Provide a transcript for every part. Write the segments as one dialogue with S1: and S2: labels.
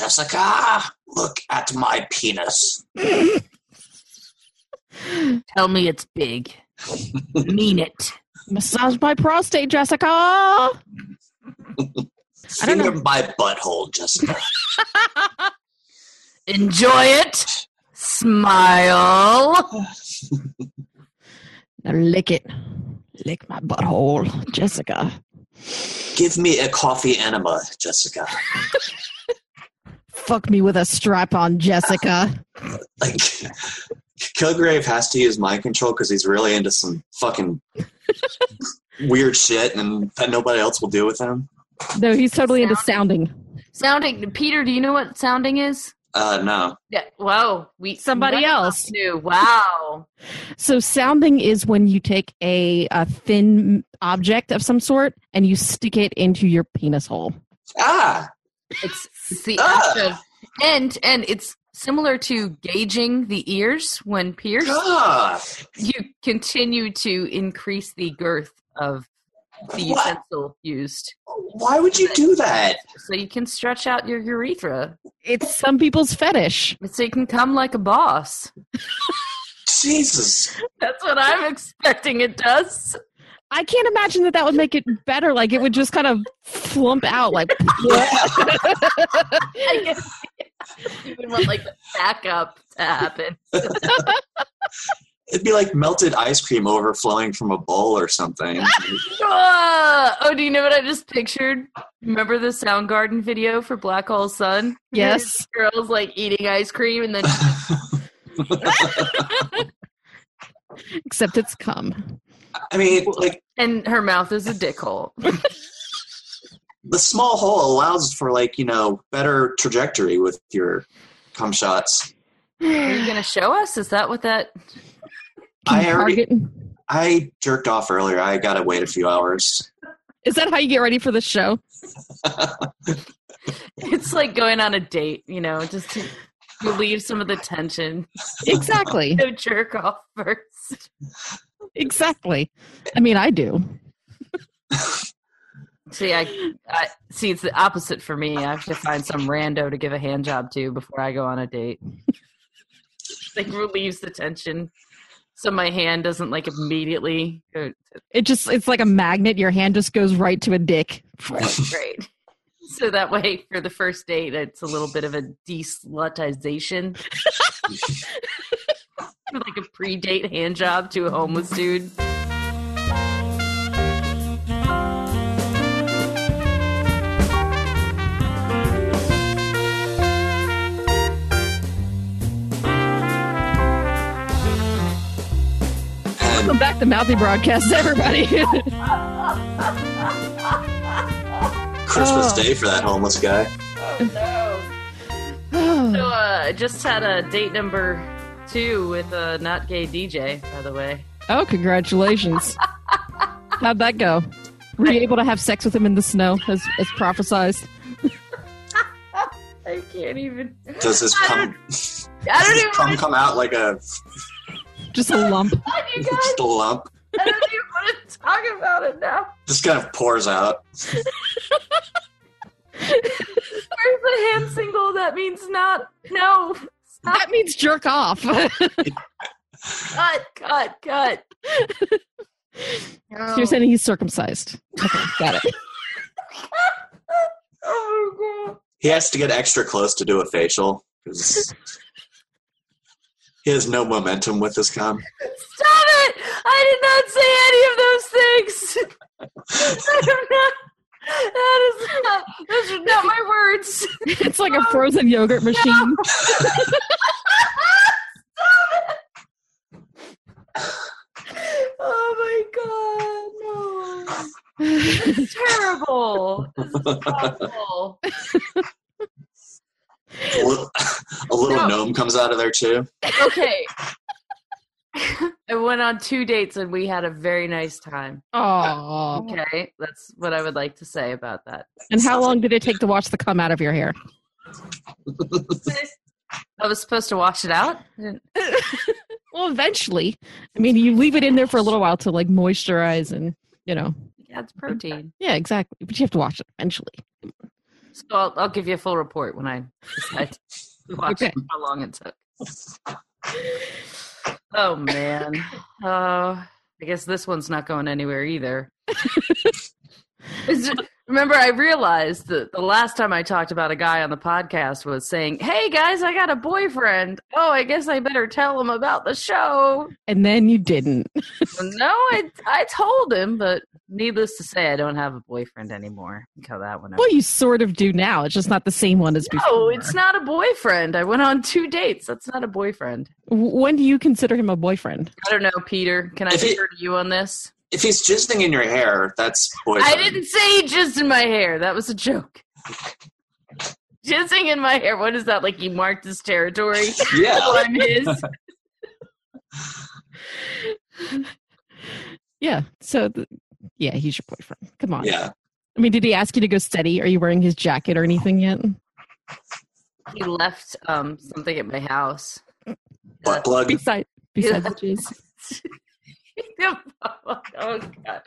S1: Jessica, look at my penis.
S2: Tell me it's big. mean it.
S3: Massage my prostate, Jessica.
S2: don't
S1: Finger my butthole, Jessica.
S2: Enjoy it. Smile.
S3: Now lick it. Lick my butthole, Jessica.
S1: Give me a coffee enema, Jessica.
S3: Fuck me with a strap on, Jessica.
S1: Like, Kilgrave has to use mind control because he's really into some fucking weird shit and that nobody else will do with him.
S3: No, he's totally into sounding.
S2: Sounding. Peter, do you know what sounding is?
S1: Uh, no.
S2: Yeah. Whoa. We
S3: Somebody
S2: what
S3: else.
S2: Knew. Wow.
S3: So sounding is when you take a, a thin object of some sort and you stick it into your penis hole.
S1: Ah!
S2: It's, it's the
S1: Ah.
S2: act of and and it's similar to gauging the ears when pierced.
S1: God!
S2: You continue to increase the girth of the
S1: What?
S2: utensil used,
S1: Why would you do that?
S2: so you can stretch out your urethra,
S3: It's some people's fetish.
S2: so you can come like a boss.
S1: Jesus.
S2: That's what I'm expecting. It does.
S3: I can't imagine that that would make it better. Like it would just kind of flump out. Like
S2: I guess you would want like the backup to happen.
S1: It'd be like melted ice cream overflowing from a bowl or something.
S2: Ah! Oh, do you know what I just pictured? Remember the Soundgarden video for Black Hole Sun?
S3: yes,
S2: Girls like eating ice cream and then
S3: except it's cum.
S1: I mean, like
S2: and her mouth is a dick hole.
S1: the small hole allows for like you know better trajectory with your cum shots.
S2: Are you gonna show us? Is that what that
S1: I already,
S3: Target.
S1: I jerked off earlier. I gotta wait a few hours.
S3: Is that how you get ready for the show?
S2: it's like going on a date, you know, just to relieve some of the tension.
S3: Exactly.
S2: Go jerk off first.
S3: exactly. I mean, I do.
S2: See, I, I see it's the opposite for me. I have to find some rando to give a hand job to before I go on a date. like relieves the tension. So my hand doesn't like immediately go
S3: It just it's like a magnet. Your hand just goes right to a dick.
S2: great. So that way for the first date it's a little bit of a deslutization. like a pre date hand job to a homeless dude.
S1: And
S3: Welcome back to Mouthy Broadcast, everybody.
S1: Christmas
S3: Oh.
S1: Day for that homeless guy.
S2: So
S3: Oh,
S2: uh, I just had a date number two with a not gay DJ, by the way.
S3: oh, congratulations. How'd that go? Were you able to have sex with him in the snow as, as prophesized?
S2: I can't even.
S1: Does his cum
S2: I don't
S1: does his
S2: even
S1: cum
S2: want
S1: come out like a
S3: Just a lump.
S2: to tell you guys.
S1: just a lump?
S2: I don't even want to talk about it now.
S1: Just kind of pours out.
S2: Where's the hand single? That means not. No.
S3: That means jerk off.
S2: Cut, cut, cut. No.
S3: You're saying he's circumcised. Okay, got it.
S2: Oh, God.
S1: He has to get extra close to do a facial because he has no momentum with his cum.
S2: Stop it! I did not say any of those things. I'm not, that is not, those are not my words.
S3: It's like a frozen yogurt machine.
S2: Oh my god, no! This is terrible. This is awful.
S1: A little, a little
S2: No.
S1: gnome comes out of there too.
S2: Okay. I went on two dates and we had a very nice time.
S3: Oh.
S2: Okay, that's what I would like to say about that.
S3: And how long did it take to watch the cum out of your hair?
S2: I was supposed to wash it out. I didn't-
S3: Well, eventually. I mean, you leave it in there for a little while to like moisturize and, you know.
S2: Yeah, it's protein.
S3: Yeah, exactly. But you have to wash it eventually.
S2: So I'll, I'll give you a full report when I decide to watch
S3: Okay.
S2: how long it took. Oh man. Oh, I guess this one's not going anywhere either. It's- remember, I realized that the last time I talked about a guy on the podcast was saying, "Hey guys, I got a boyfriend. Oh, I guess I better tell him about the show."
S3: And then you didn't.
S2: no, I I told him, but needless to say, I don't have a boyfriend anymore. Cut that one out.
S3: Well, you sort of do now. It's just not the same one as before.
S2: No, Oh, it's not a boyfriend. I went on two dates. That's not a boyfriend.
S3: W- When do you consider him a boyfriend?
S2: I don't know, Peter. Can I
S1: If it-
S2: defer to you on this?
S1: If he's jizzing in your hair, that's
S2: I
S1: boyfriend.
S2: didn't say jizz in my hair. That was a joke. Jizzing in my hair. What is that? Like he marked his territory.
S1: Yeah.
S2: Oh, I'm his.
S3: Yeah. So, th- yeah, he's your boyfriend. Come on.
S1: Yeah.
S3: I mean, did he ask you to go steady? Are you wearing his jacket or anything yet?
S2: He left um, something at my house.
S1: Butt plug.
S3: Besides, besides the jizz.
S2: oh god.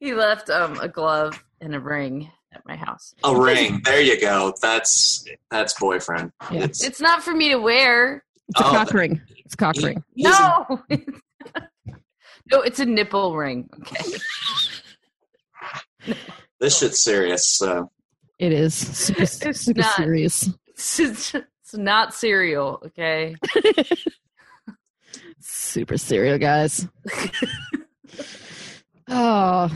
S2: He left um, a glove and a ring at my house.
S1: A ring. There you go. That's that's boyfriend.
S3: Yeah.
S1: It's,
S2: It's not for me to wear.
S3: It's a
S1: Oh,
S3: cock
S1: that-
S3: ring. It's a cock
S1: he-
S3: ring.
S1: he's a-
S2: No. no, it's a nipple ring. Okay.
S1: this shit's serious. So
S3: It is super,
S2: It's
S3: super
S2: not.
S3: serious.
S2: It's, it's, it's not cereal. Okay.
S3: Super serial guys. oh,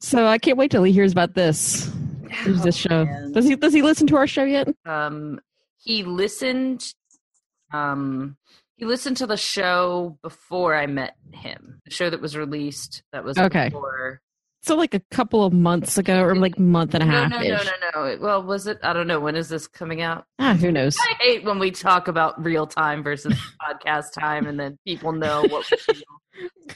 S3: so I can't wait till he hears about this. Here's this show.
S2: Oh, man.
S3: Does he? Does he listen to our show yet?
S2: Um, he listened. Um, he listened to the show before I met him. The show that was released. That was
S3: Okay.
S2: Before.
S3: So like a couple of months ago, or like month and a
S2: No,
S3: half.
S2: no, no, no, no. It- Well, was it? I don't know. When is this coming out?
S3: Ah, who knows?
S2: I hate when we talk about real time versus podcast time, and then people know what we do.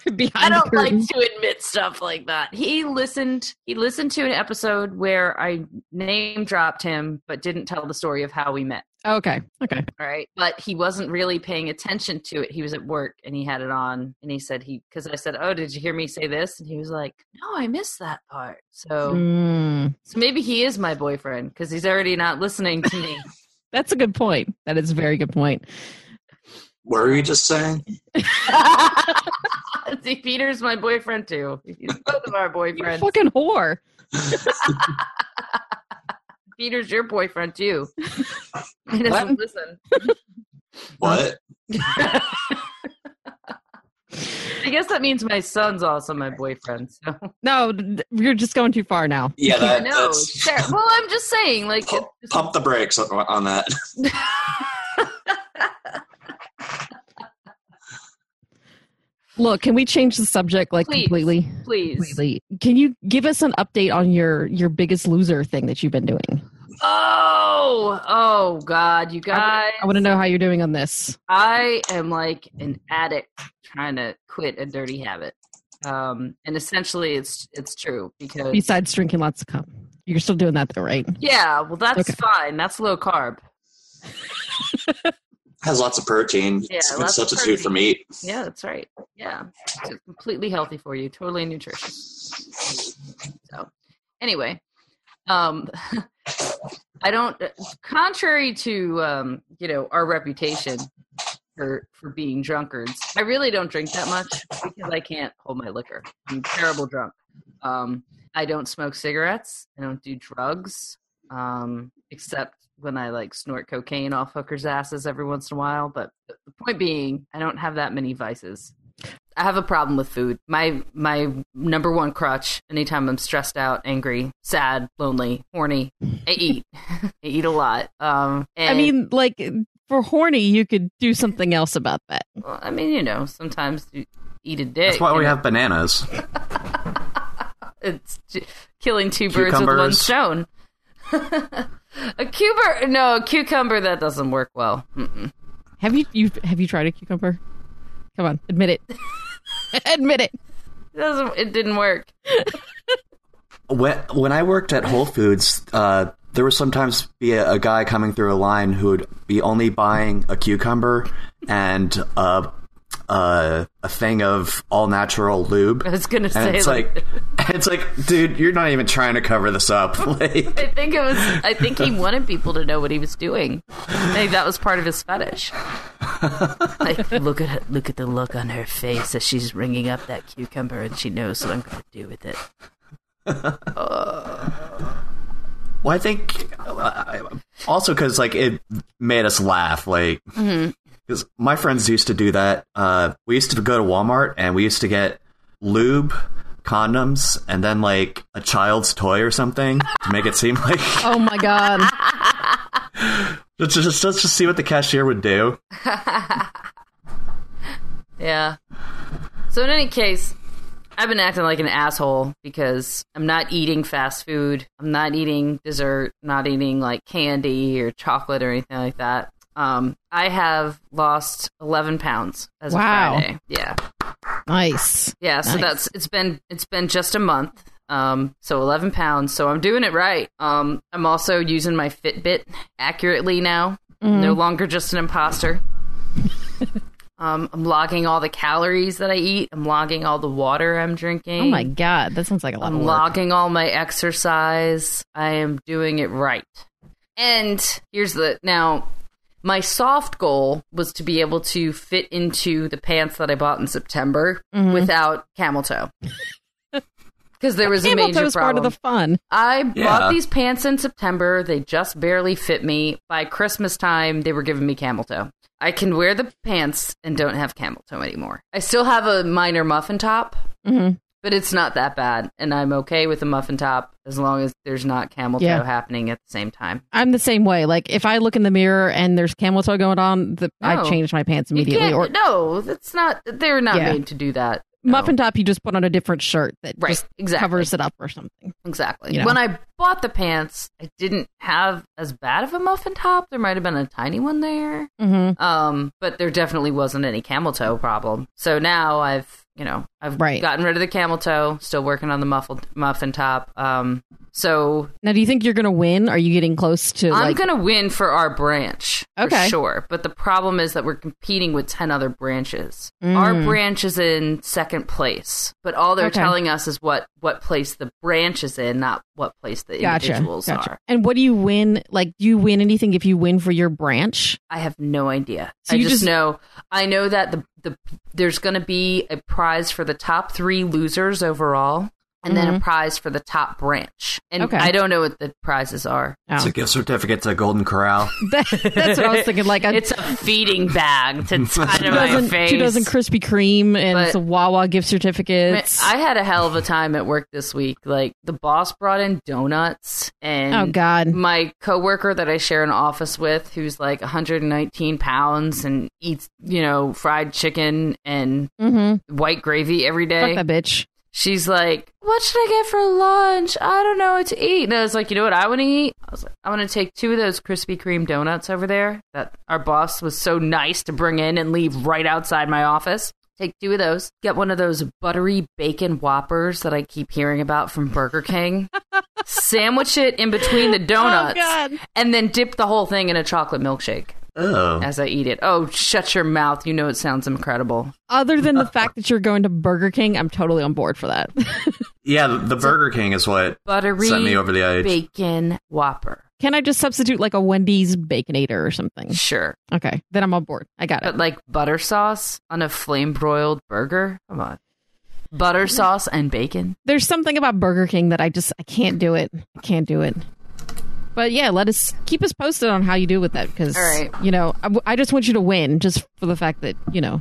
S2: I
S3: Behind the
S2: don't like
S3: curtain.
S2: to admit stuff like that. He listened. He listened to an episode where I name dropped him, but didn't tell the story of how we met.
S3: Okay. Okay.
S2: All right, but he wasn't really paying attention to it. He was at work and he had it on, and he said he because I said, "Oh, did you hear me say this?" And he was like, "No, I missed that part." So,
S3: Mm,
S2: so maybe he is my boyfriend because he's already not listening to me.
S3: that's a good point. That is a very good point.
S1: what were you just saying?
S2: See, Peter's my boyfriend too. He's both of our
S3: You're a
S2: boyfriends.
S3: fucking whore.
S2: Peter's your boyfriend too. He doesn't
S3: What?
S2: listen.
S1: What?
S2: I guess that means my son's also my boyfriend. So
S3: No, th- you're just going too far now.
S1: Yeah,
S2: I
S1: that,
S2: know.
S1: that's
S2: Sarah- Well, I'm just saying, like,
S1: Pu- pump the brakes on- on that.
S3: Look, can we change the subject like
S2: Please.
S3: completely?
S2: please.
S3: Completely. Can you give us an update on your your biggest loser thing that you've been doing?
S2: Oh, oh God, you guys!
S3: I want to know how you're doing on this.
S2: I am like an addict trying to quit a dirty habit, um, and essentially, it's it's true because
S3: Besides drinking lots of cum, you're still doing that though, right?
S2: yeah, well, that's
S3: Okay.
S2: fine. That's low carb.
S1: Has lots of protein.
S2: Yeah,
S1: it's a good
S2: lots of
S1: substitute for
S2: protein.
S1: meat.
S2: Yeah, that's right. Yeah, it's completely healthy for you, totally nutritious. So, anyway, um, I don't. uh, Contrary to um, you know our reputation for for being drunkards, I really don't drink that much because I can't hold my liquor. I'm terrible drunk. Um, I don't smoke cigarettes. I don't do drugs, um, except when I like snort cocaine off hookers' asses every once in a while. But the point being, I don't have that many vices. I have a problem with food. My my number one crutch. Anytime I'm stressed out, angry, sad, lonely, horny, I eat. I eat a lot. Um, and,
S3: I mean, like for horny, you could do something else about that.
S2: well, I mean, you know, sometimes you eat a dick.
S4: That's why we
S2: and
S4: have bananas.
S2: It's j- killing two birds with one
S4: Cucumbers.
S2: stone. a cucumber? No, a cucumber. That doesn't work well. Hmm. Mm-mm.
S3: Have you you have you tried a cucumber? Come on, admit it. admit it.
S2: It doesn't. It didn't work.
S4: When, when I worked at Whole Foods, uh, there would sometimes be a, a guy coming through a line who would be only buying a cucumber and uh, uh, a thing of all natural lube.
S2: I was gonna
S4: And
S2: say
S4: it's like, it's like, dude, you're not even trying to cover this up. Like,
S2: I think it was. I think he wanted people to know what he was doing. I think that was part of his fetish. Like, look at her, look at the look on her face as she's ringing up that cucumber, and she knows what I'm going to do with it.
S4: Well, I think uh, also because like it made us laugh, like
S2: Mm-hmm.
S4: because my friends used to do that. Uh, we used to go to Walmart and we used to get lube, condoms, and then like a child's toy or something to make it seem like
S3: Oh my god.
S4: let's just let's just see what the cashier would do.
S2: Yeah. So in any case, I've been acting like an asshole because I'm not eating fast food. I'm not eating dessert. Not eating like candy or chocolate or anything like that. Um, I have lost 11 pounds as
S3: Wow.
S2: of Friday. Yeah.
S3: Nice.
S2: Yeah, so
S3: Nice.
S2: that's it's been it's been just a month. Um, so 11 pounds. So I'm doing it right. Um, I'm also using my Fitbit accurately now.
S3: Mm-hmm.
S2: No longer just an imposter. um, I'm logging all the calories that I eat. I'm logging all the water I'm drinking.
S3: Oh my god. That sounds like a lot
S2: I'm
S3: of work.
S2: logging all my exercise. I am doing it right. And here's the now my soft goal was to be able to fit into the pants that I bought in September
S3: Mhm.
S2: without camel toe. Because there was a
S3: Camel
S2: major
S3: toe's part
S2: problem.
S3: of the fun.
S2: I
S4: Yeah.
S2: bought these pants in September. They just barely fit me. By Christmas time, they were giving me camel toe. I can wear the pants and don't have camel toe anymore. I still have a minor muffin top,
S3: Mhm.
S2: but it's not that bad, and I'm okay with a muffin top as long as there's not camel toe
S3: Yeah.
S2: happening at the same time.
S3: I'm the same way. Like if I look in the mirror and there's camel toe going on, the, I
S2: No.
S3: change my pants
S2: You
S3: immediately.
S2: can't-
S3: Or
S2: no, that's not. They're not
S3: Yeah.
S2: made to do that. No.
S3: muffin top, you just put on a different shirt that
S2: right?
S3: just
S2: exactly.
S3: covers it up or something.
S2: Exactly.
S3: You know?
S2: When I bought the pants, I didn't have as bad of a muffin top. There might have been a tiny one there.
S3: Mm-hmm.
S2: Um, but there definitely wasn't any camel toe problem. So now I've, you know, I've
S3: Right.
S2: gotten rid of the camel toe, still working on the muffled muffin top. Um, so
S3: Now, do you think you're gonna win? Are you getting close to
S2: I'm
S3: like?
S2: going to win for our branch.
S3: Okay.
S2: For sure. But the problem is that we're competing with 10 other branches. Our
S3: Mm.
S2: branch is in second place, but all they're
S3: Okay.
S2: telling us is what, what place the branch is in, not what place the
S3: Gotcha.
S2: individuals
S3: Gotcha.
S2: are.
S3: And what do you win? Like, do you win anything if you win for your branch?
S2: I have no idea.
S3: So
S2: I
S3: you
S2: just,
S3: just-
S2: know I know that the the there's going to be a prize for the top 3 losers overall and then a prize for the top branch. And
S3: Mm-hmm. Okay.
S2: I don't know what the prizes are.
S4: It's a gift certificate to Golden Corral.
S3: Oh. That- that's what I was thinking. Like, a,
S2: It's a feeding bag to tie to
S3: two
S2: my
S3: dozen,
S2: face.
S3: two dozen Krispy Kreme and
S2: But-
S3: some Wawa gift certificates.
S2: I had a hell of a time at work this week. Like the boss brought in donuts and
S3: oh God.
S2: my coworker that I share an office with, who's like 119 pounds and eats, you know, fried chicken and
S3: Mm-hmm.
S2: white gravy every day.
S3: Fuck that bitch.
S2: She's like, "What should I get for lunch? I don't know what to eat." And I was like, "You know what I want to eat? I was like, I want to take two of those Krispy Kreme donuts over there that our boss was so nice to bring in and leave right outside my office. Take two of those. Get one of those buttery bacon whoppers that I keep hearing about from Burger King. Sandwich it in between the donuts,
S3: God.
S2: and then dip the whole thing in a chocolate milkshake
S4: Oh,
S2: as I eat it. Oh, shut your mouth! You know it sounds incredible.
S3: Other than the fact that you're going to Burger King, I'm totally on board for that.
S4: yeah, the, the Burger King is what
S2: Buttery
S4: sent me over the edge.
S2: bacon whopper."
S3: Can I just substitute like a Wendy's Baconator or something?
S2: Sure.
S3: Okay, then I'm on board. I got it.
S2: But like butter sauce on a flame broiled burger? Come on. Butter sauce and bacon?
S3: There's something about Burger King that I just I can't do it. I can't do it. But yeah, let us keep us posted on how you do with that because
S2: All right.
S3: you know I, w- I just want you to win just for the fact that you know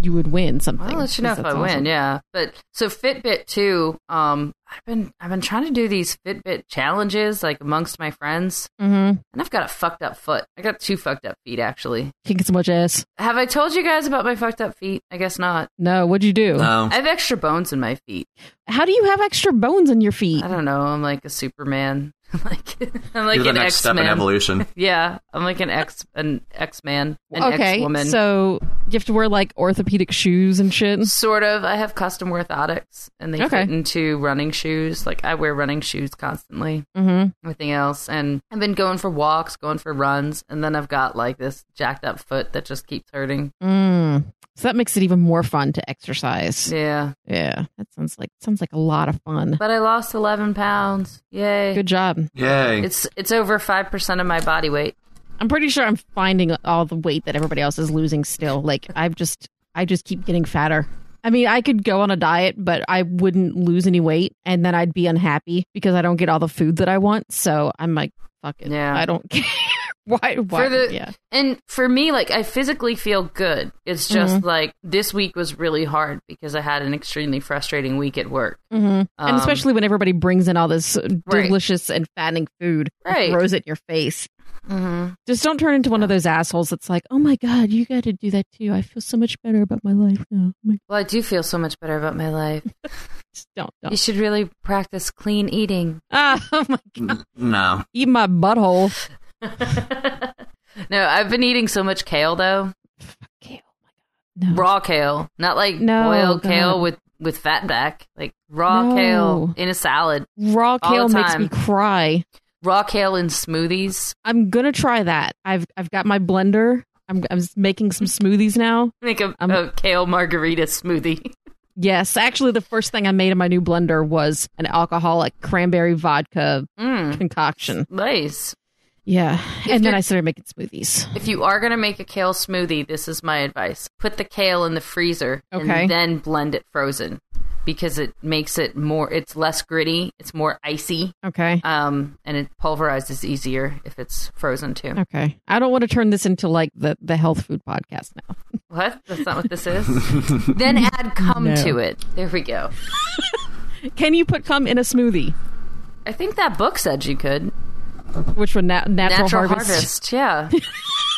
S3: you would win something.
S2: I'll let you know if
S3: 'cause
S2: I
S3: that's awesome.
S2: win, yeah. But so Fitbit too, um, I've been I've been trying to do these Fitbit challenges like amongst my friends.
S3: Mhm.
S2: And I've got a fucked up foot. I got two fucked up feet actually.
S3: Kicking so much ass.
S2: Have I told you guys about my fucked up feet? I guess not.
S3: No, what'd you do?
S4: no,
S2: I have extra bones in my feet.
S3: How do you have extra bones in your feet?
S2: I don't know, I'm like a Superman. like I'm like
S4: you're the
S2: an
S4: next step in
S2: X-Man.
S4: evolution.
S2: Yeah, I'm like an ex an X man, an
S3: Uh, okay,
S2: ex woman.
S3: so you have to wear like orthopedic shoes and shit.
S2: sort of. I have custom orthotics, and they
S3: Okay.
S2: fit into running shoes. Like I wear running shoes constantly.
S3: Mm-hmm.
S2: Everything else, and I've been going for walks, going for runs, and then I've got like this jacked up foot that just keeps hurting.
S3: Mm. So that makes it even more fun to exercise.
S2: Yeah.
S3: Yeah, that sounds like sounds like a lot of fun.
S2: But I lost 11 pounds. Yay.
S3: Good job.
S4: Yay.
S2: It's it's over 5% of my body weight.
S3: I'm pretty sure I'm finding all the weight that everybody else is losing still. Like I've just I just keep getting fatter. I mean, I could go on a diet, but I wouldn't lose any weight and then I'd be unhappy because I don't get all the food that I want. So I'm like, fuck it.
S2: Yeah.
S3: I don't care. why why
S2: For the-
S3: yeah.
S2: And for me like I physically feel good. It's just
S3: Mm-hmm.
S2: like this week was really hard because I had an extremely frustrating week at work.
S3: hmm
S2: Um,
S3: and especially when everybody brings in all this delicious and fattening food and
S2: Right.
S3: throws it in your face.
S2: mhm.
S3: Just don't turn into one of those assholes that's like, oh my God, you got to do that too. I feel so much better about my life now. Oh my-
S2: Well, I do feel so much better about my life.
S3: Just don't,
S2: You
S3: don't.
S2: should really practice clean eating.
S3: Ah, oh my,
S4: N- No.
S3: eat my butthole.
S2: no, I've been eating so much kale though.
S3: Kale, oh my God. No.
S2: Raw kale, not like
S3: No,
S2: boiled
S3: God.
S2: kale with with fat back. Like raw
S3: No.
S2: kale in a salad.
S3: Raw
S2: all the
S3: kale makes
S2: time.
S3: me cry.
S2: Raw kale in smoothies.
S3: I'm gonna try that. I've I've got my blender. I'm I'm making some smoothies now.
S2: Make a,
S3: Um,
S2: a kale margarita smoothie.
S3: Yes, actually, the first thing I made in my new blender was an alcoholic cranberry vodka
S2: Mm,
S3: concoction.
S2: nice.
S3: Yeah, and then
S2: you're-
S3: I started making smoothies.
S2: If you are going to make a kale smoothie, this is my advice. Put the kale in the freezer
S3: Okay.
S2: and then blend it frozen because it makes it more it's less gritty, it's more icy,
S3: Okay,
S2: um and it pulverizes easier if it's frozen too.
S3: okay. I don't want to turn this into like the the health food podcast now.
S2: What? That's not what this is. then add cum
S3: No.
S2: to it. There we go.
S3: Can you put cum in a smoothie?
S2: I think that book said you could.
S3: Which one? Na- natural,
S2: Natural,
S3: harvest.
S2: harvest. Yeah.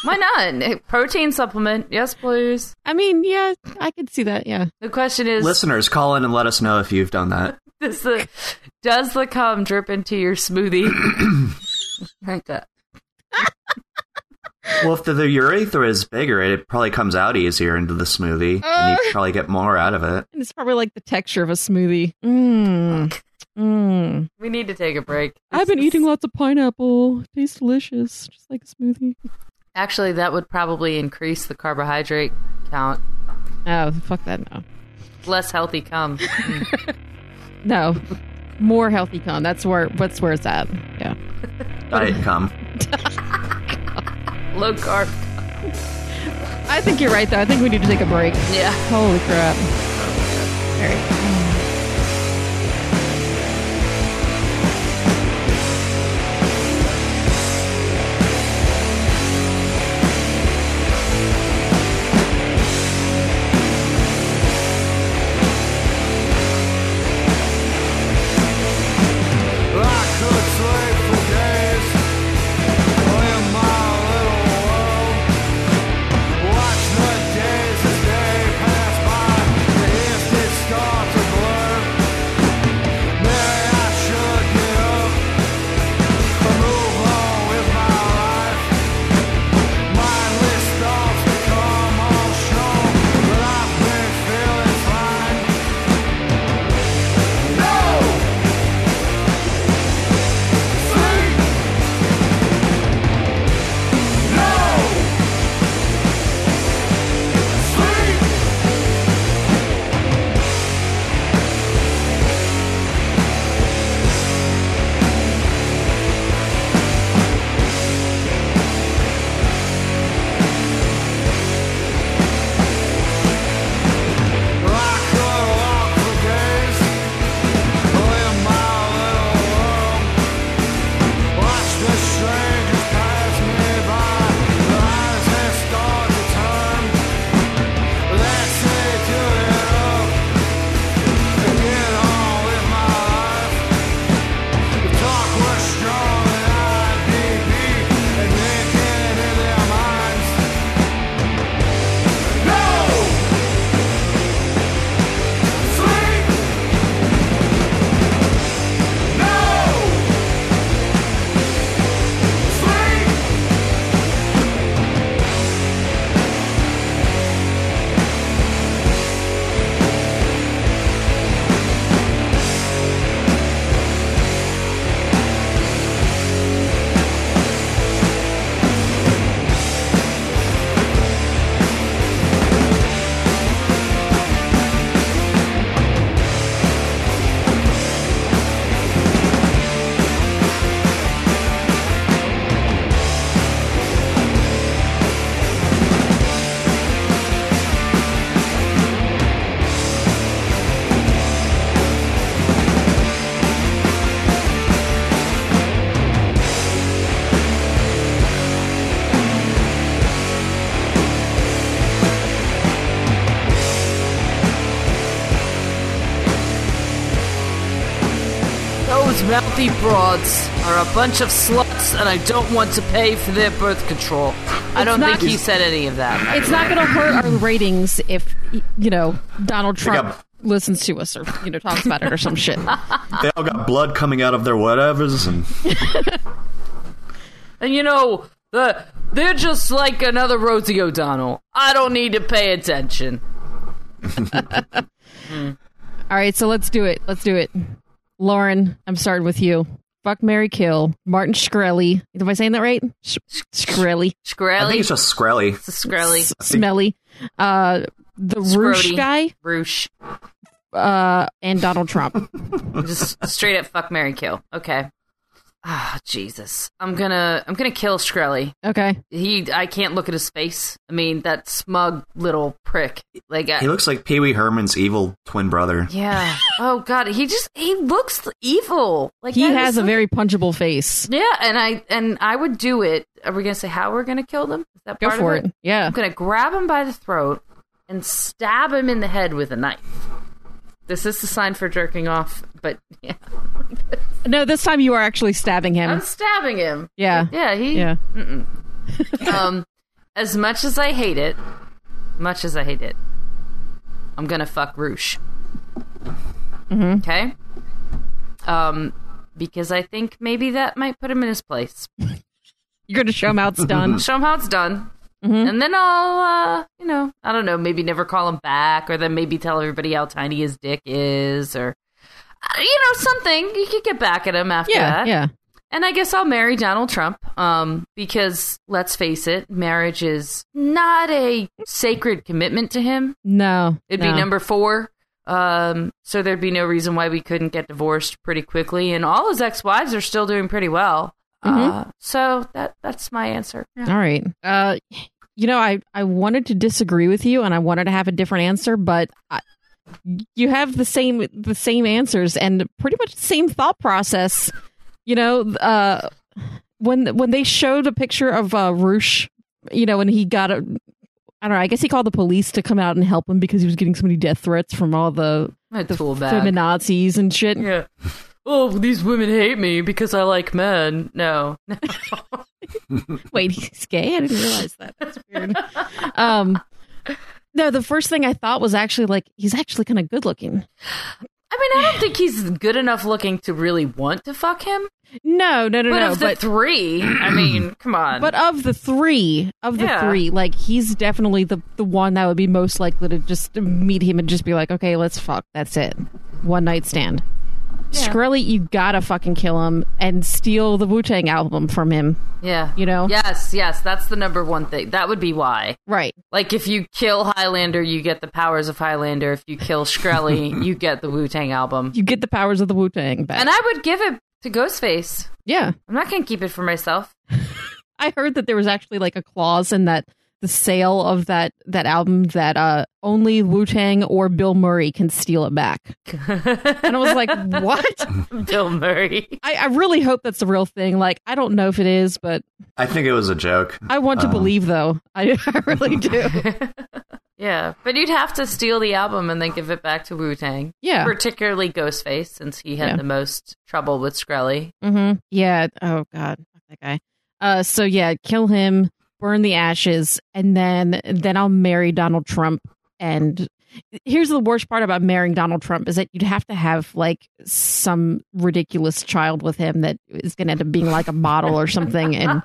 S2: Why not? A Protein supplement. Yes, please.
S3: I mean, yeah, I could see that. Yeah.
S2: The question is
S4: Listeners, call in and let us know if you've done that.
S2: does the uh, does the cum drip into your smoothie? uh, like that.
S4: Well, if the, the urethra is bigger, it probably comes out easier into the smoothie, and
S2: Uh.
S4: you probably get more out of it.
S3: And it's probably like the texture of a smoothie. Mmm. Mmm.
S2: We need to take a break.
S3: I've been
S2: This is-
S3: eating lots of pineapple. Tastes delicious, just like a smoothie.
S2: Actually, that would probably increase the carbohydrate count.
S3: Oh, fuck that no.
S2: Less healthy cum.
S3: No. More healthy con. That's where that's where it's at. Yeah.
S4: Diet cum.
S2: Low carb.
S3: I think you're right though. I think we need to take a break.
S2: Yeah.
S3: Holy crap. All right.
S5: Watch the days as they pass by, the if it starts to blow.
S2: wealthy broads are a bunch of sluts, and I don't want to pay for their birth control. I
S3: It's
S2: don't
S3: not-
S2: think he said any of that.
S3: It's not going to hurt our ratings if you know Donald Trump
S4: got-
S3: listens to us or you know talks about it or some shit.
S4: They all got blood coming out of their whatevers, and
S2: And you know, the, they're just like another Rosie O'Donnell. I don't need to pay attention.
S3: All right, so let's do it. Let's do it. Lauren, I'm starting with you. Fuck Mary Kill, Martin Shkreli. Am I saying that right? Sh- Shkreli.
S4: I think
S2: Shkreli,
S4: it's just Skrelly.
S2: it's a Shkreli,
S3: S- Smelly. Uh, the Roosh
S2: Scrody.
S3: guy
S2: Roosh,
S3: uh, and Donald Trump.
S2: just straight up fuck Mary kill. Okay. Ah, Jesus. I'm gonna, I'm gonna kill Shkreli.
S3: Okay.
S2: He, I can't look at his face. I mean, that smug little prick. Like, I,
S4: He looks like Pee Wee Herman's evil twin brother.
S2: yeah. Oh God, he just, he looks evil. Like
S3: He
S2: that is
S3: has a
S2: something-
S3: very punchable face.
S2: Yeah, and I and I would do it. Are we gonna say how we're gonna kill them? Is that
S3: Go
S2: part
S3: for
S2: of
S3: it. Yeah.
S2: I'm gonna grab him by the throat and stab him in the head with a knife. This is the sign for jerking off, but yeah,
S3: No, this time you are actually stabbing
S2: I'm
S3: him.
S2: stabbing him.
S3: Yeah.
S2: Yeah, he.
S3: Yeah.
S2: Um, as much as I hate it, much as I hate it, I'm gonna fuck Roosh.
S3: Mm-hmm.
S2: Okay. Um, because I think maybe that might put him in his place.
S3: You're going to show him how it's done.
S2: show him how it's done.
S3: Mm-hmm.
S2: And then I'll, uh, you know, I don't know, maybe never call him back, or then maybe tell everybody how tiny his dick is, or uh, you know, something. You could get back at him after
S3: Yeah.
S2: that.
S3: Yeah.
S2: And I guess I'll marry Donald Trump, um, because let's face it, marriage is not a sacred commitment to him.
S3: No.
S2: It'd
S3: no.
S2: be number four. Um, so there'd be no reason why we couldn't get divorced pretty quickly. And all his ex wives are still doing pretty well. Uh,
S3: Mm-hmm.
S2: so that that's my answer.
S3: All right. Uh, you know, I, I wanted to disagree with you, and I wanted to have a different answer, but I, you have the same the same answers and pretty much the same thought process. You know, uh, when when they showed a picture of uh, Roosh, you know, and he got a. I don't know. I guess he called the police to come out and help him because he was getting so many death threats from all the,
S2: My
S3: the
S2: tool bag.
S3: feminazis and shit.
S2: Yeah. Oh, these women hate me because I like men. No.
S3: Wait, he's gay? I didn't realize that. That's weird. Um, no, the first thing I thought was actually like he's actually kind of good looking.
S2: I mean, I don't think he's good enough looking to really want to fuck him.
S3: No, no, no,
S2: But
S3: no.
S2: of the
S3: But
S2: three, I mean, come on.
S3: but of the three, of the
S2: Yeah.
S3: three, like he's definitely the the one that would be most likely to just meet him and just be like, okay, let's fuck. That's it. One night stand. Shkreli, you gotta fucking kill him and steal the Wu Tang album from him.
S2: yeah.
S3: You know,
S2: Yes, yes, that's the number one thing. That would be why.
S3: right?
S2: Like, if you kill Highlander, you get the powers of Highlander. If you kill Shkreli, you get the Wu Tang album.
S3: You get the powers of the Wu Tang back.
S2: And I would give it to Ghostface.
S3: yeah,
S2: I'm not going to keep it for myself.
S3: I heard that there was actually like a clause in that the sale of that that album that uh only Wu Tang or Bill Murray can steal it back. And I was like, what?
S2: Bill Murray.
S3: I, I really hope that's the real thing. Like, I don't know if it is, but
S4: I think it was a joke.
S3: I want to
S4: Uh.
S3: believe though. I, I really do.
S2: Yeah, but you'd have to steal the album and then give it back to Wu Tang.
S3: Yeah.
S2: Particularly Ghostface, since he had
S3: Yeah.
S2: the most trouble with Skrelly.
S3: hmm Yeah. Oh God, Fuck that guy. Uh, so yeah, kill him, burn the ashes, and then then I'll marry Donald Trump. And here's the worst part about marrying Donald Trump is that you'd have to have like some ridiculous child with him that is going to end up being like a model or something, and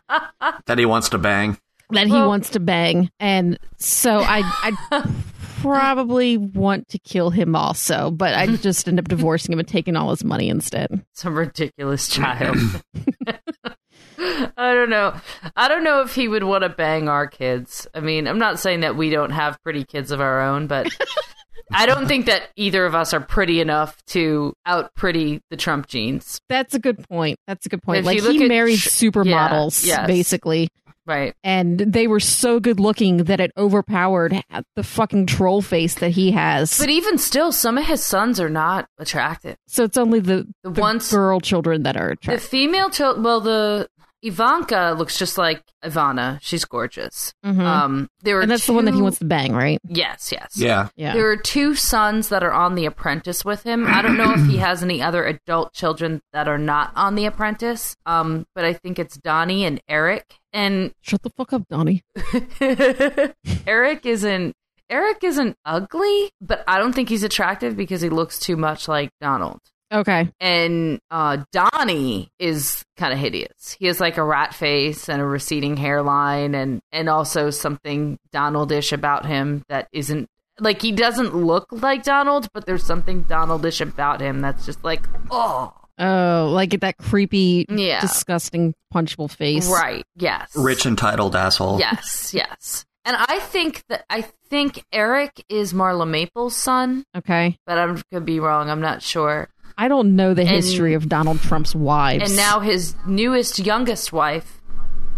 S4: That he wants to bang.
S3: that he
S2: Well-
S3: wants to bang. And so I I probably want to kill him also, but I just end up divorcing him and taking all his money instead.
S2: Some ridiculous child. I don't know. I don't know if he would want to bang our kids. I mean, I'm not saying that we don't have pretty kids of our own, but I don't think that either of us are pretty enough to out pretty the Trump genes.
S3: That's a good point. That's a good point.
S2: If
S3: like
S2: you look
S3: he
S2: at-
S3: married
S2: sh-
S3: supermodels,
S2: yeah, yes.
S3: basically,
S2: Right.
S3: and they were so good looking that it overpowered the fucking troll face that he has.
S2: But even still, some of his sons are not attractive.
S3: so it's only the,
S2: The
S3: the
S2: ones-
S3: girl children that are
S2: The
S3: attractive.
S2: female child, well, the Ivanka looks just like Ivana. She's gorgeous.
S3: Mhm.
S2: Um, there were
S3: and that's the one that he
S2: two-
S3: wants to bang, right?
S2: Yes, yes.
S4: Yeah.
S3: Yeah.
S2: There are two sons that are on The Apprentice with him. I don't know if he has any other adult children that are not on The Apprentice, um, but I think it's Donnie and Eric. And
S3: Shut the fuck up, Donnie.
S2: Eric isn't Eric isn't ugly, but I don't think he's attractive because he looks too much like Donald.
S3: Okay.
S2: And uh, Donnie is kind of hideous. He has like a rat face and a receding hairline, and and also something Donaldish about him that isn't like he doesn't look like Donald, but there's something Donaldish about him that's just like oh
S3: Oh, like that creepy,
S2: Yeah.
S3: disgusting, punchable face.
S2: right yes
S4: Rich entitled asshole.
S2: yes yes. And I think that I think Eric is Marla Maple's son,
S3: Okay.
S2: but I am could be wrong. I'm not sure.
S3: I don't know the history of Donald Trump's wives.
S2: and now his newest youngest wife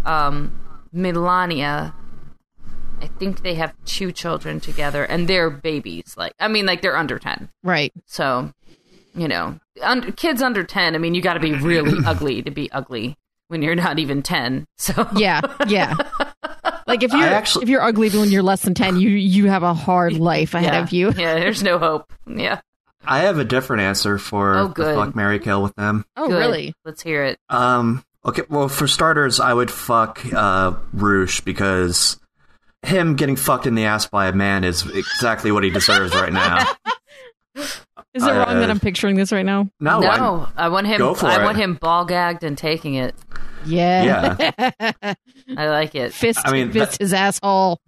S2: um melania i think they have two children together and they're babies like i mean like they're under 10
S3: right?
S2: so you know under, kids under 10 i mean you got to be really ugly to be ugly when you're not even 10 so
S3: Yeah, yeah. Like if you're
S4: I actually-
S3: if you're ugly when you're less than ten, you you have a hard life ahead
S2: yeah,
S3: of you.
S2: yeah there's no hope yeah
S4: I have a different answer for
S2: Oh,
S4: the
S2: good.
S4: fuck Mary Kill with them.
S3: Oh,
S2: Good.
S3: really?
S2: let's hear it
S4: Um okay, well for starters I would fuck uh Roosh because him getting fucked in the ass by a man is exactly what he deserves right now.
S3: Is it wrong that
S4: Uh,
S3: I'm picturing this right now?
S4: No,
S2: no
S4: Oh, I'm-
S2: i want him
S4: Go for
S2: i
S4: it.
S2: want him ball gagged and taking it
S3: Yeah.
S2: i like it
S3: fist.
S4: I mean,
S3: fist his asshole.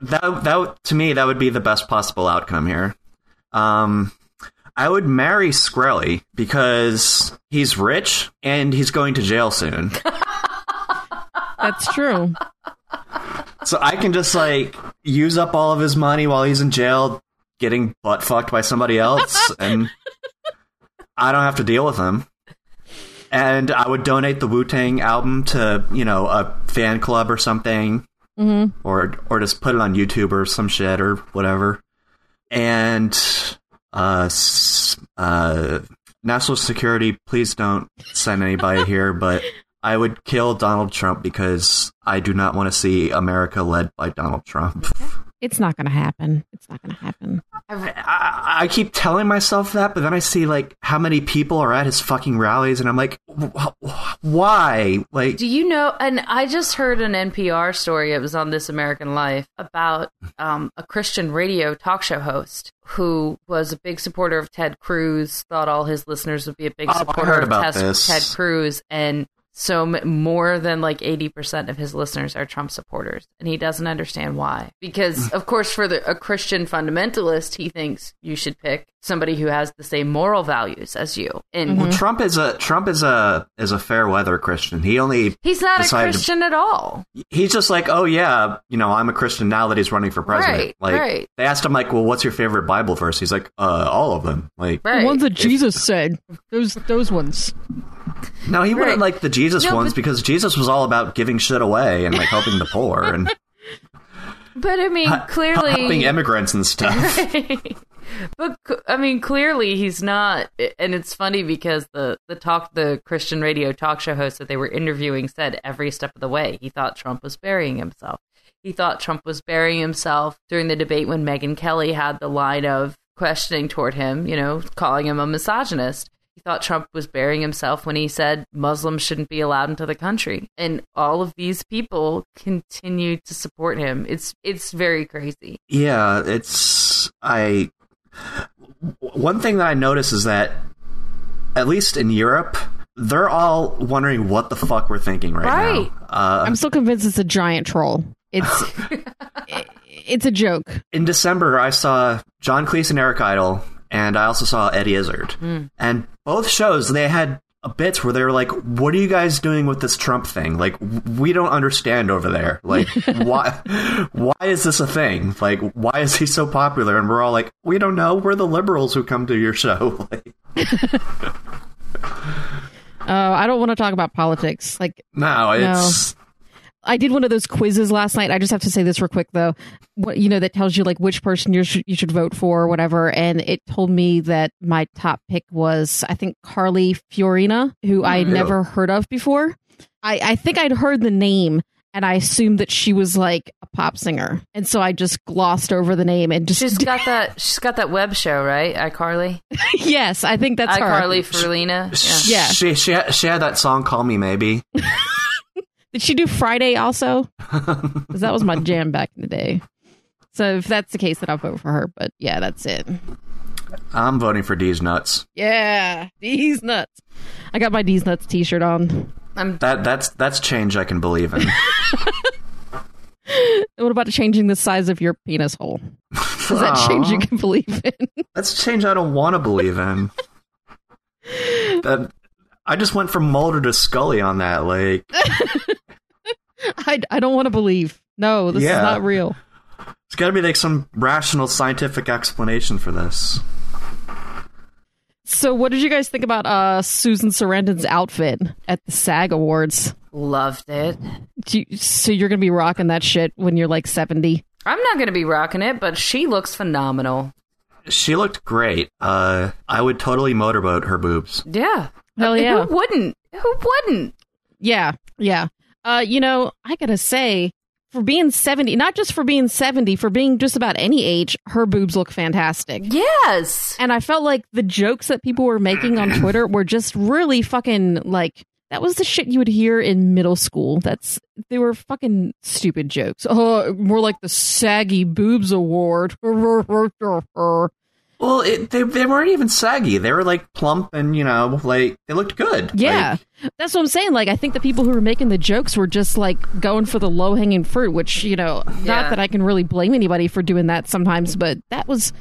S4: that that to me that would be the best possible outcome here. Um, I would marry Skrelly because he's rich and he's going to jail soon,
S3: That's true.
S4: so I can just like use up all of his money while he's in jail, getting butt fucked by somebody else, and I don't have to deal with him. And I would donate the Wu Tang album to you know a fan club or something.
S3: hmm
S4: or or just put it on YouTube or some shit or whatever. And uh, s- uh, national security, please don't send anybody here. But I would kill Donald Trump because I do not want to see America led by Donald Trump.
S3: It's not going to happen. It's not going to happen.
S4: I, I keep telling myself that, but then I see like how many people are at his fucking rallies, and I'm like, wh- wh- why? Like,
S2: Do you know? And I just heard an NPR story. It was on This American Life about um, a Christian radio talk show host who was a big supporter of Ted Cruz. Thought all his listeners would be a big
S4: Oh, I
S2: supporter
S4: heard
S2: of
S4: about
S2: Ted,
S4: this.
S2: Ted Cruz, and so m- more than like eighty percent of his listeners are Trump supporters, and he doesn't understand why. Because
S4: Mm.
S2: of course, for the, a Christian fundamentalist, he thinks you should pick somebody who has the same moral values as you, and
S3: Mhm.
S4: Trump is a Trump is a is a fair weather Christian. He only
S2: he's not a
S4: Decided to-
S2: Christian at all.
S4: he's just like, oh yeah, you know, I'm a Christian now that he's running for president.
S2: Right,
S4: like
S2: right.
S4: they asked him like, well, what's your favorite Bible verse? He's like, uh, all of them. Like
S2: Right.
S3: The ones that Jesus said. Those those ones.
S4: no, he
S2: Right.
S4: wouldn't like the Jesus
S2: No,
S4: ones
S2: but-
S4: because Jesus was all about giving shit away and like helping the poor and
S2: But I mean,
S4: helping
S2: clearly,
S4: immigrants and stuff.
S2: but c- I mean, clearly he's not. And it's funny because the the talk, the Christian radio talk show host that they were interviewing said every step of the way he thought Trump was burying himself. He thought Trump was burying himself during the debate when Megyn Kelly had the line of questioning toward him, you know, calling him a misogynist. He thought Trump was burying himself when he said Muslims shouldn't be allowed into the country. And all of these people continue to support him. It's it's very crazy.
S4: yeah, it's I. w- One thing that I notice is that, at least in Europe, they're all wondering what the fuck we're thinking right,
S2: Right.
S4: now. Uh,
S3: I'm still convinced it's a giant troll. It's i- it's a joke.
S4: in December, I saw John Cleese and Eric Idle, and I also saw Eddie Izzard.
S3: Hmm.
S4: And both shows, they had bits where they were like, "What are you guys doing with this Trump thing? Like, w- we don't understand over there. Like, why? Why is this a thing? Like, why is he so popular?" And we're all like, "We don't know. We're the liberals who come to your show." like,
S3: Uh, Oh, I don't want to talk about politics. Like
S4: no, it's
S3: I did one of those quizzes last night. I just have to say this real quick though. What you know that tells you like which person you should you should vote for or whatever and it told me that my top pick was I think Carly Fiorina, who I had
S4: Yeah.
S3: never heard of before. I I think I'd heard the name and I assumed that she was like a pop singer. And so I just glossed over the name and just
S2: She's got that. She's got that web show, right? iCarly.
S3: Yes, I think that's her.
S2: iCarly Ferlina.
S3: Yeah.
S4: She she had, she had that song "Call Me Maybe."
S3: Did she do Friday also? 'Cause that was my jam back in the day. So if that's the case, then I'll vote for her. But yeah, that's it.
S4: I'm voting for D's nuts.
S3: Yeah, D's nuts. I got my D's nuts T-shirt on.
S2: Yeah. I'm
S4: That that's that's change I can believe in.
S3: What about changing the size of your penis hole? Is that
S4: Aw.
S3: change you can believe in?
S4: That's change I don't want to believe in. that I just went from Mulder to Scully on that. Like,
S3: I, I don't want to believe. No, this
S4: Yeah.
S3: is not real.
S4: it's got to be like some rational scientific explanation for this.
S3: So what did you guys think about uh, Susan Sarandon's outfit at the SAG Awards?
S2: loved it.
S3: Do you, so you're gonna be rocking that shit when you're like 70.
S2: I'm not gonna be rocking it, but she looks phenomenal.
S4: She looked great. Uh, I would totally motorboat her boobs.
S2: Yeah.
S3: Hell yeah.
S2: Who wouldn't? Who wouldn't?
S3: Yeah, yeah. Uh, you know, I gotta say, for being seventy, not just for being seventy, for being just about any age, her boobs look fantastic.
S2: Yes.
S3: And I felt like the jokes that people were making on Twitter were just really fucking like that was the shit you would hear in middle school. That's they were fucking stupid jokes. Oh, more like the saggy boobs award.
S4: Well, it, they they weren't even saggy. They were like plump and you know like they looked good.
S3: Yeah. That's what I'm saying. Like, I think the people who were making the jokes were just like going for the low hanging fruit, which, you know,
S2: Yeah.
S3: not that I can really blame anybody for doing that sometimes, but that was,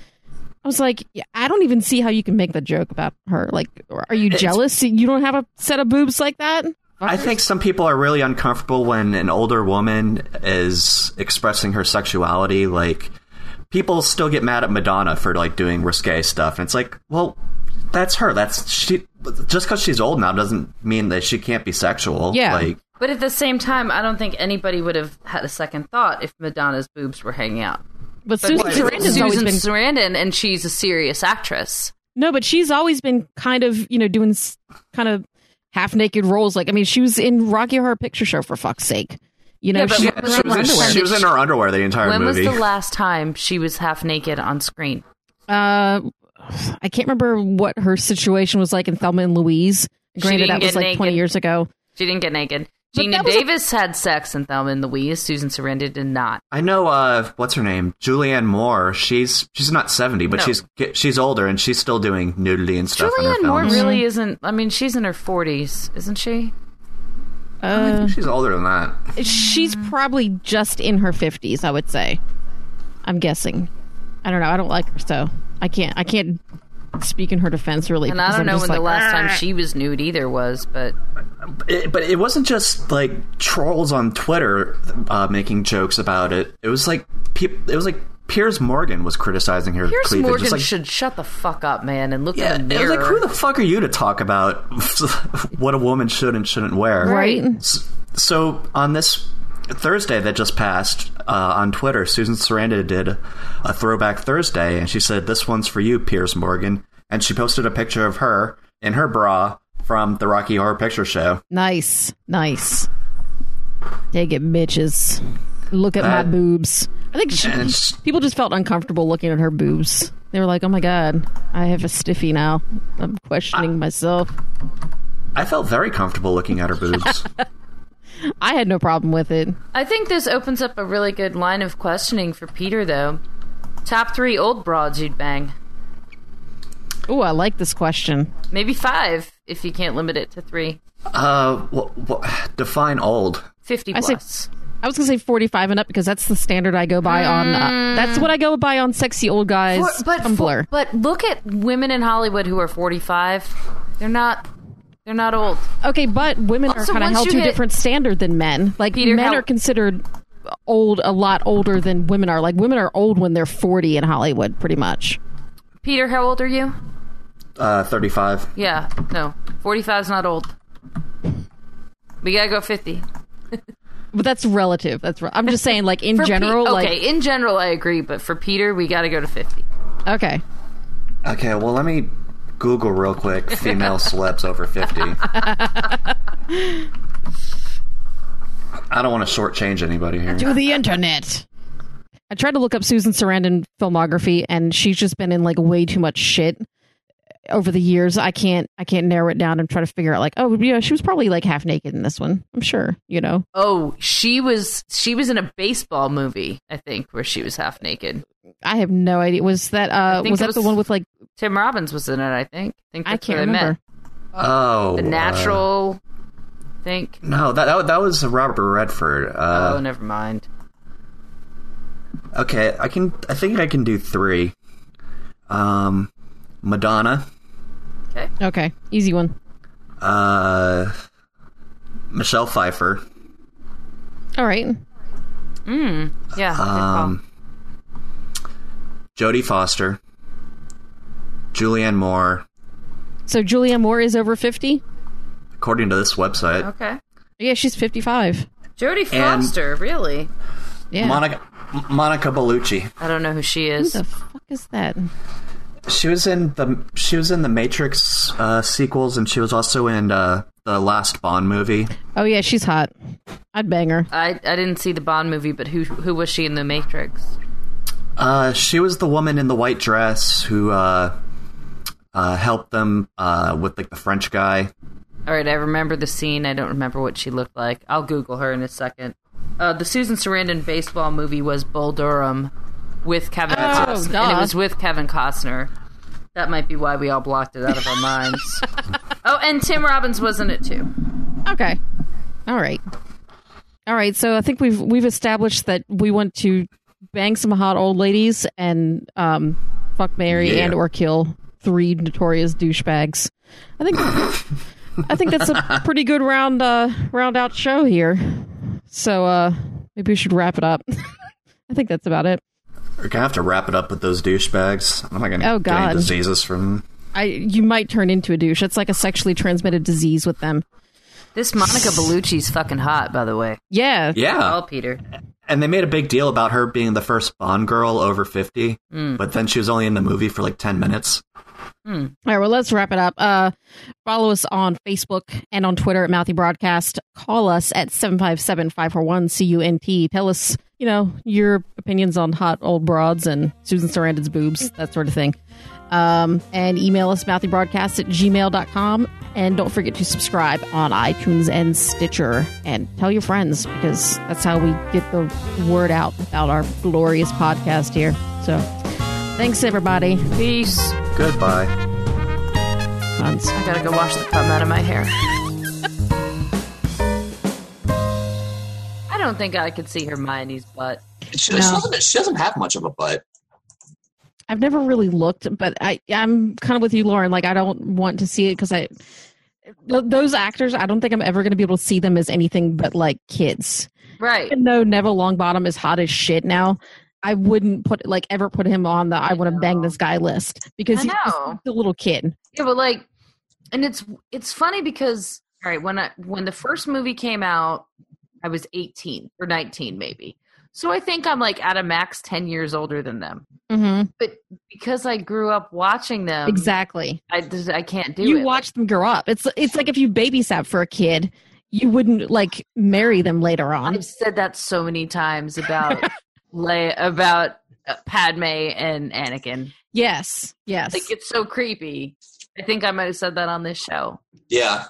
S3: I was like, yeah, I don't even see how you can make the joke about her. Like, are you jealous? You don't have a set of boobs like that?
S4: I think some people are really uncomfortable when an older woman is expressing her sexuality. Like, people still get mad at Madonna for like doing risque stuff, and it's like, well, that's her. That's she. Just because she's old now doesn't mean that she can't be sexual.
S3: Yeah.
S4: Like,
S2: But at the same time, I don't think anybody would have had a second thought if Madonna's boobs were hanging out.
S3: But Susan
S2: But
S3: Sarandon's always
S2: Susan
S3: been
S2: Sarandon, and she's a serious actress.
S3: No, but she's always been kind of, you know, doing s- kind of half naked roles. Like, I mean, she was in Rocky Horror Picture Show for fuck's sake. You know,
S2: Yeah, but
S3: she,
S2: when
S4: yeah,
S2: was
S4: she,
S2: the last
S4: was in,
S2: time
S4: she
S2: that
S4: was in
S2: she-
S4: her underwear the entire
S2: when
S4: movie.
S2: was the last time she was half naked on screen?
S3: uh, I can't remember what her situation was like in Thelma and Louise.
S2: She
S3: Granted,
S2: didn't
S3: that was
S2: get
S3: like
S2: naked.
S3: 20 years ago.
S2: She didn't get naked.
S3: But
S2: Gina
S3: that was a-
S2: Davis had sex in Thelma and Louise. Susan Sarandon did not.
S4: I know. Uh, what's her name? Julianne Moore. She's she's not seventy, but
S2: No.
S4: she's she's older, and she's still doing nudity and stuff. in her
S2: Julianne Moore
S4: films.
S2: really isn't. I mean, she's in her forties, isn't she?
S4: I
S3: Uh,
S4: think she's older than that.
S3: she's probably just in her 50s, I would say. I'm guessing. I don't know. I don't like her, so I can't. I can't speak in her defense really.
S2: And I
S3: because
S2: don't
S3: I'm
S2: know
S3: just
S2: when the
S3: like,
S2: last
S4: Ah.
S2: time she was nude either was, but
S4: it, but it wasn't just like trolls on Twitter uh, making jokes about it. It was like peop it was like Piers Morgan was criticizing her
S2: Pierce
S4: cleavage.
S2: Morgan
S4: It's like,
S2: should shut the fuck up, man, and look
S4: yeah,
S2: in
S4: it
S2: the
S4: was
S2: mirror.
S4: like who the fuck are you to talk about what a woman should and shouldn't wear?
S3: right?
S4: S- So on this Thursday that just passed uh, on Twitter, Susan Sarandon did a Throwback Thursday, and she said, "This one's for you, Piers Morgan," and she posted a picture of her in her bra from the Rocky Horror Picture Show.
S3: Nice, nice. Take it, bitches. Look at my
S4: That-
S3: boobs. I think she,
S4: And it's-
S3: people just felt uncomfortable looking at her boobs. They were like, "Oh my god, I have a stiffy now. I'm questioning myself."
S4: I felt very comfortable looking at her boobs.
S3: I had no problem with it.
S2: I think this opens up a really good line of questioning for Peter, though. Top three old broads you'd bang.
S3: Oh, I like this question.
S2: Maybe five if you can't limit it to three.
S4: uh, wh- wh- define old.
S2: 50
S3: I say-
S2: plus.
S3: I was gonna say 45 and up because that's the standard I go by on. Uh, that's what I go by on sexy old guys
S2: Mm. For- but,
S3: Tumblr.
S2: for- but look at women in Hollywood who are 45. They're not. They're not old.
S3: okay, but women are
S2: Also,
S3: kind of
S2: once
S3: held
S2: you
S3: to a
S2: hit-
S3: different standard than men. Like
S2: Peter,
S3: men
S2: how-
S3: are considered old a lot older than women are. Like women are old when they're 40 in Hollywood, pretty much.
S2: Peter, how old are you?
S4: Uh, thirty-five.
S2: Yeah, no. 45's not old. We gotta go 50.
S3: But that's relative. That's re- I'm just saying, like in
S2: For Pe-
S3: general,
S2: okay, in general, I agree, but for Peter, we got to go to 50.
S3: like okay,
S4: Okay, well, let me Google real quick female celebs over 50. I don't want to shortchange anybody here.
S3: to the internet. I tried to look up Susan Sarandon filmography, and she's just been in like way too much shit over the years. I can't, I can't narrow it down and try to figure out like, oh, yeah, she was probably like half naked in this one. I'm sure, you know.
S2: Oh, she was she was in a baseball movie, I think, where she was half naked.
S3: I have no idea. Was that uh,
S2: I think
S3: was
S2: it
S3: that the
S2: was-
S3: one with like
S2: Tim Robbins was in it, I think. I, think
S3: I
S2: that's
S3: can't
S2: where they met.
S3: remember.
S4: Oh.
S2: The
S4: uh,
S2: natural, I think.
S4: no, that, that that was Robert Redford.
S2: oh,
S4: Uh,
S2: never mind.
S4: Okay, I can. I think I can do three. Um, Madonna,
S3: okay, easy one.
S4: uh, Michelle Pfeiffer,
S3: All right,
S2: Mm, yeah. good call.
S4: um, Jodie Foster, Julianne Moore.
S3: so Julia Moore is over fifty.
S4: According to this website,
S3: Oh,
S2: okay.
S3: Yeah, she's fifty five.
S2: Jodie Foster, really?
S3: Yeah,
S4: Monica M- Monica Bellucci.
S2: I don't know who she
S3: who
S2: is.
S3: the fuck is that?
S4: She was in the she was in the Matrix uh, sequels, and she was also in uh, the last Bond movie.
S3: Oh yeah, she's hot. I'd bang her.
S2: I, I didn't see the Bond movie, but who who was she in The Matrix?
S4: Uh, she was the woman in the white dress who uh, uh, helped them uh, with like the French guy.
S2: All right, I remember the scene. I don't remember what she looked like. I'll Google her in a second. Uh, the Susan Sarandon baseball movie was Bull Durham with Kevin
S3: Oh,
S2: Costner,
S3: duh.
S2: and it was with Kevin Costner. That might be why we all blocked it out of our minds. oh, and Tim Robbins was in it too.
S3: Okay. All right. All right. So I think we've we've established that we want to bang some hot old ladies and um, fuck Mary
S4: Yeah.
S3: and or kill three notorious douchebags. I think I think that's a pretty good round uh, round out show here. So uh, maybe we should wrap it up. I think that's about it.
S4: We're gonna have to wrap it up with those douchebags. I'm not gonna
S3: Oh,
S4: get any
S3: God.
S4: diseases from them.
S3: I you might turn into a douche. It's like a sexually transmitted disease with them.
S2: This Monica Bellucci's fucking hot, by the way.
S3: Yeah.
S4: Yeah,
S2: Oh, Peter.
S4: and they made a big deal about her being the first Bond girl over fifty, but then she was only in the movie for like ten minutes.
S3: All right, well, let's wrap it up. Uh, follow us on Facebook and on Twitter at Mouthy Broadcast. Call us at 757 541 CUNT. Tell us, you know, your opinions on hot old broads and Susan Sarandon's boobs, that sort of thing. Um, and email us mouthybroadcast at gmail.com. And don't forget to subscribe on iTunes and Stitcher. And tell your friends because that's how we get the word out about our glorious podcast here. So thanks, everybody.
S2: Peace.
S4: Goodbye.
S3: Tons.
S2: I gotta go wash the cum out of my hair. I don't think I could see Hermione's butt.
S1: She, she,
S3: No.
S1: doesn't, she doesn't have much of a butt.
S3: I've never really looked, but I I'm kind of with you, Lauren. Like I don't want to see it because I th- those actors. I don't think I'm ever going to be able to see them as anything but like kids.
S2: Right.
S3: Even though Neville Longbottom is hot as shit now, I wouldn't put like ever put him on the I want to bang this guy list because
S2: I
S3: he's just
S2: know.
S3: a little kid.
S2: Yeah, but like, and it's it's funny because all right, when I when the first movie came out, I was eighteen or nineteen, maybe. So I think I'm like at a max ten years older than them.
S3: Mm-hmm.
S2: Because I grew up watching them,
S3: exactly.
S2: I just- I can't do
S3: You
S2: it.
S3: watch them grow up. It's it's like if you babysat for a kid, you wouldn't like marry them later on.
S2: I've said that so many times about Le- about uh, Padme and Anakin.
S3: Yes. Yes.
S2: Like it's so creepy. I think I might have said that on this show.
S1: Yeah.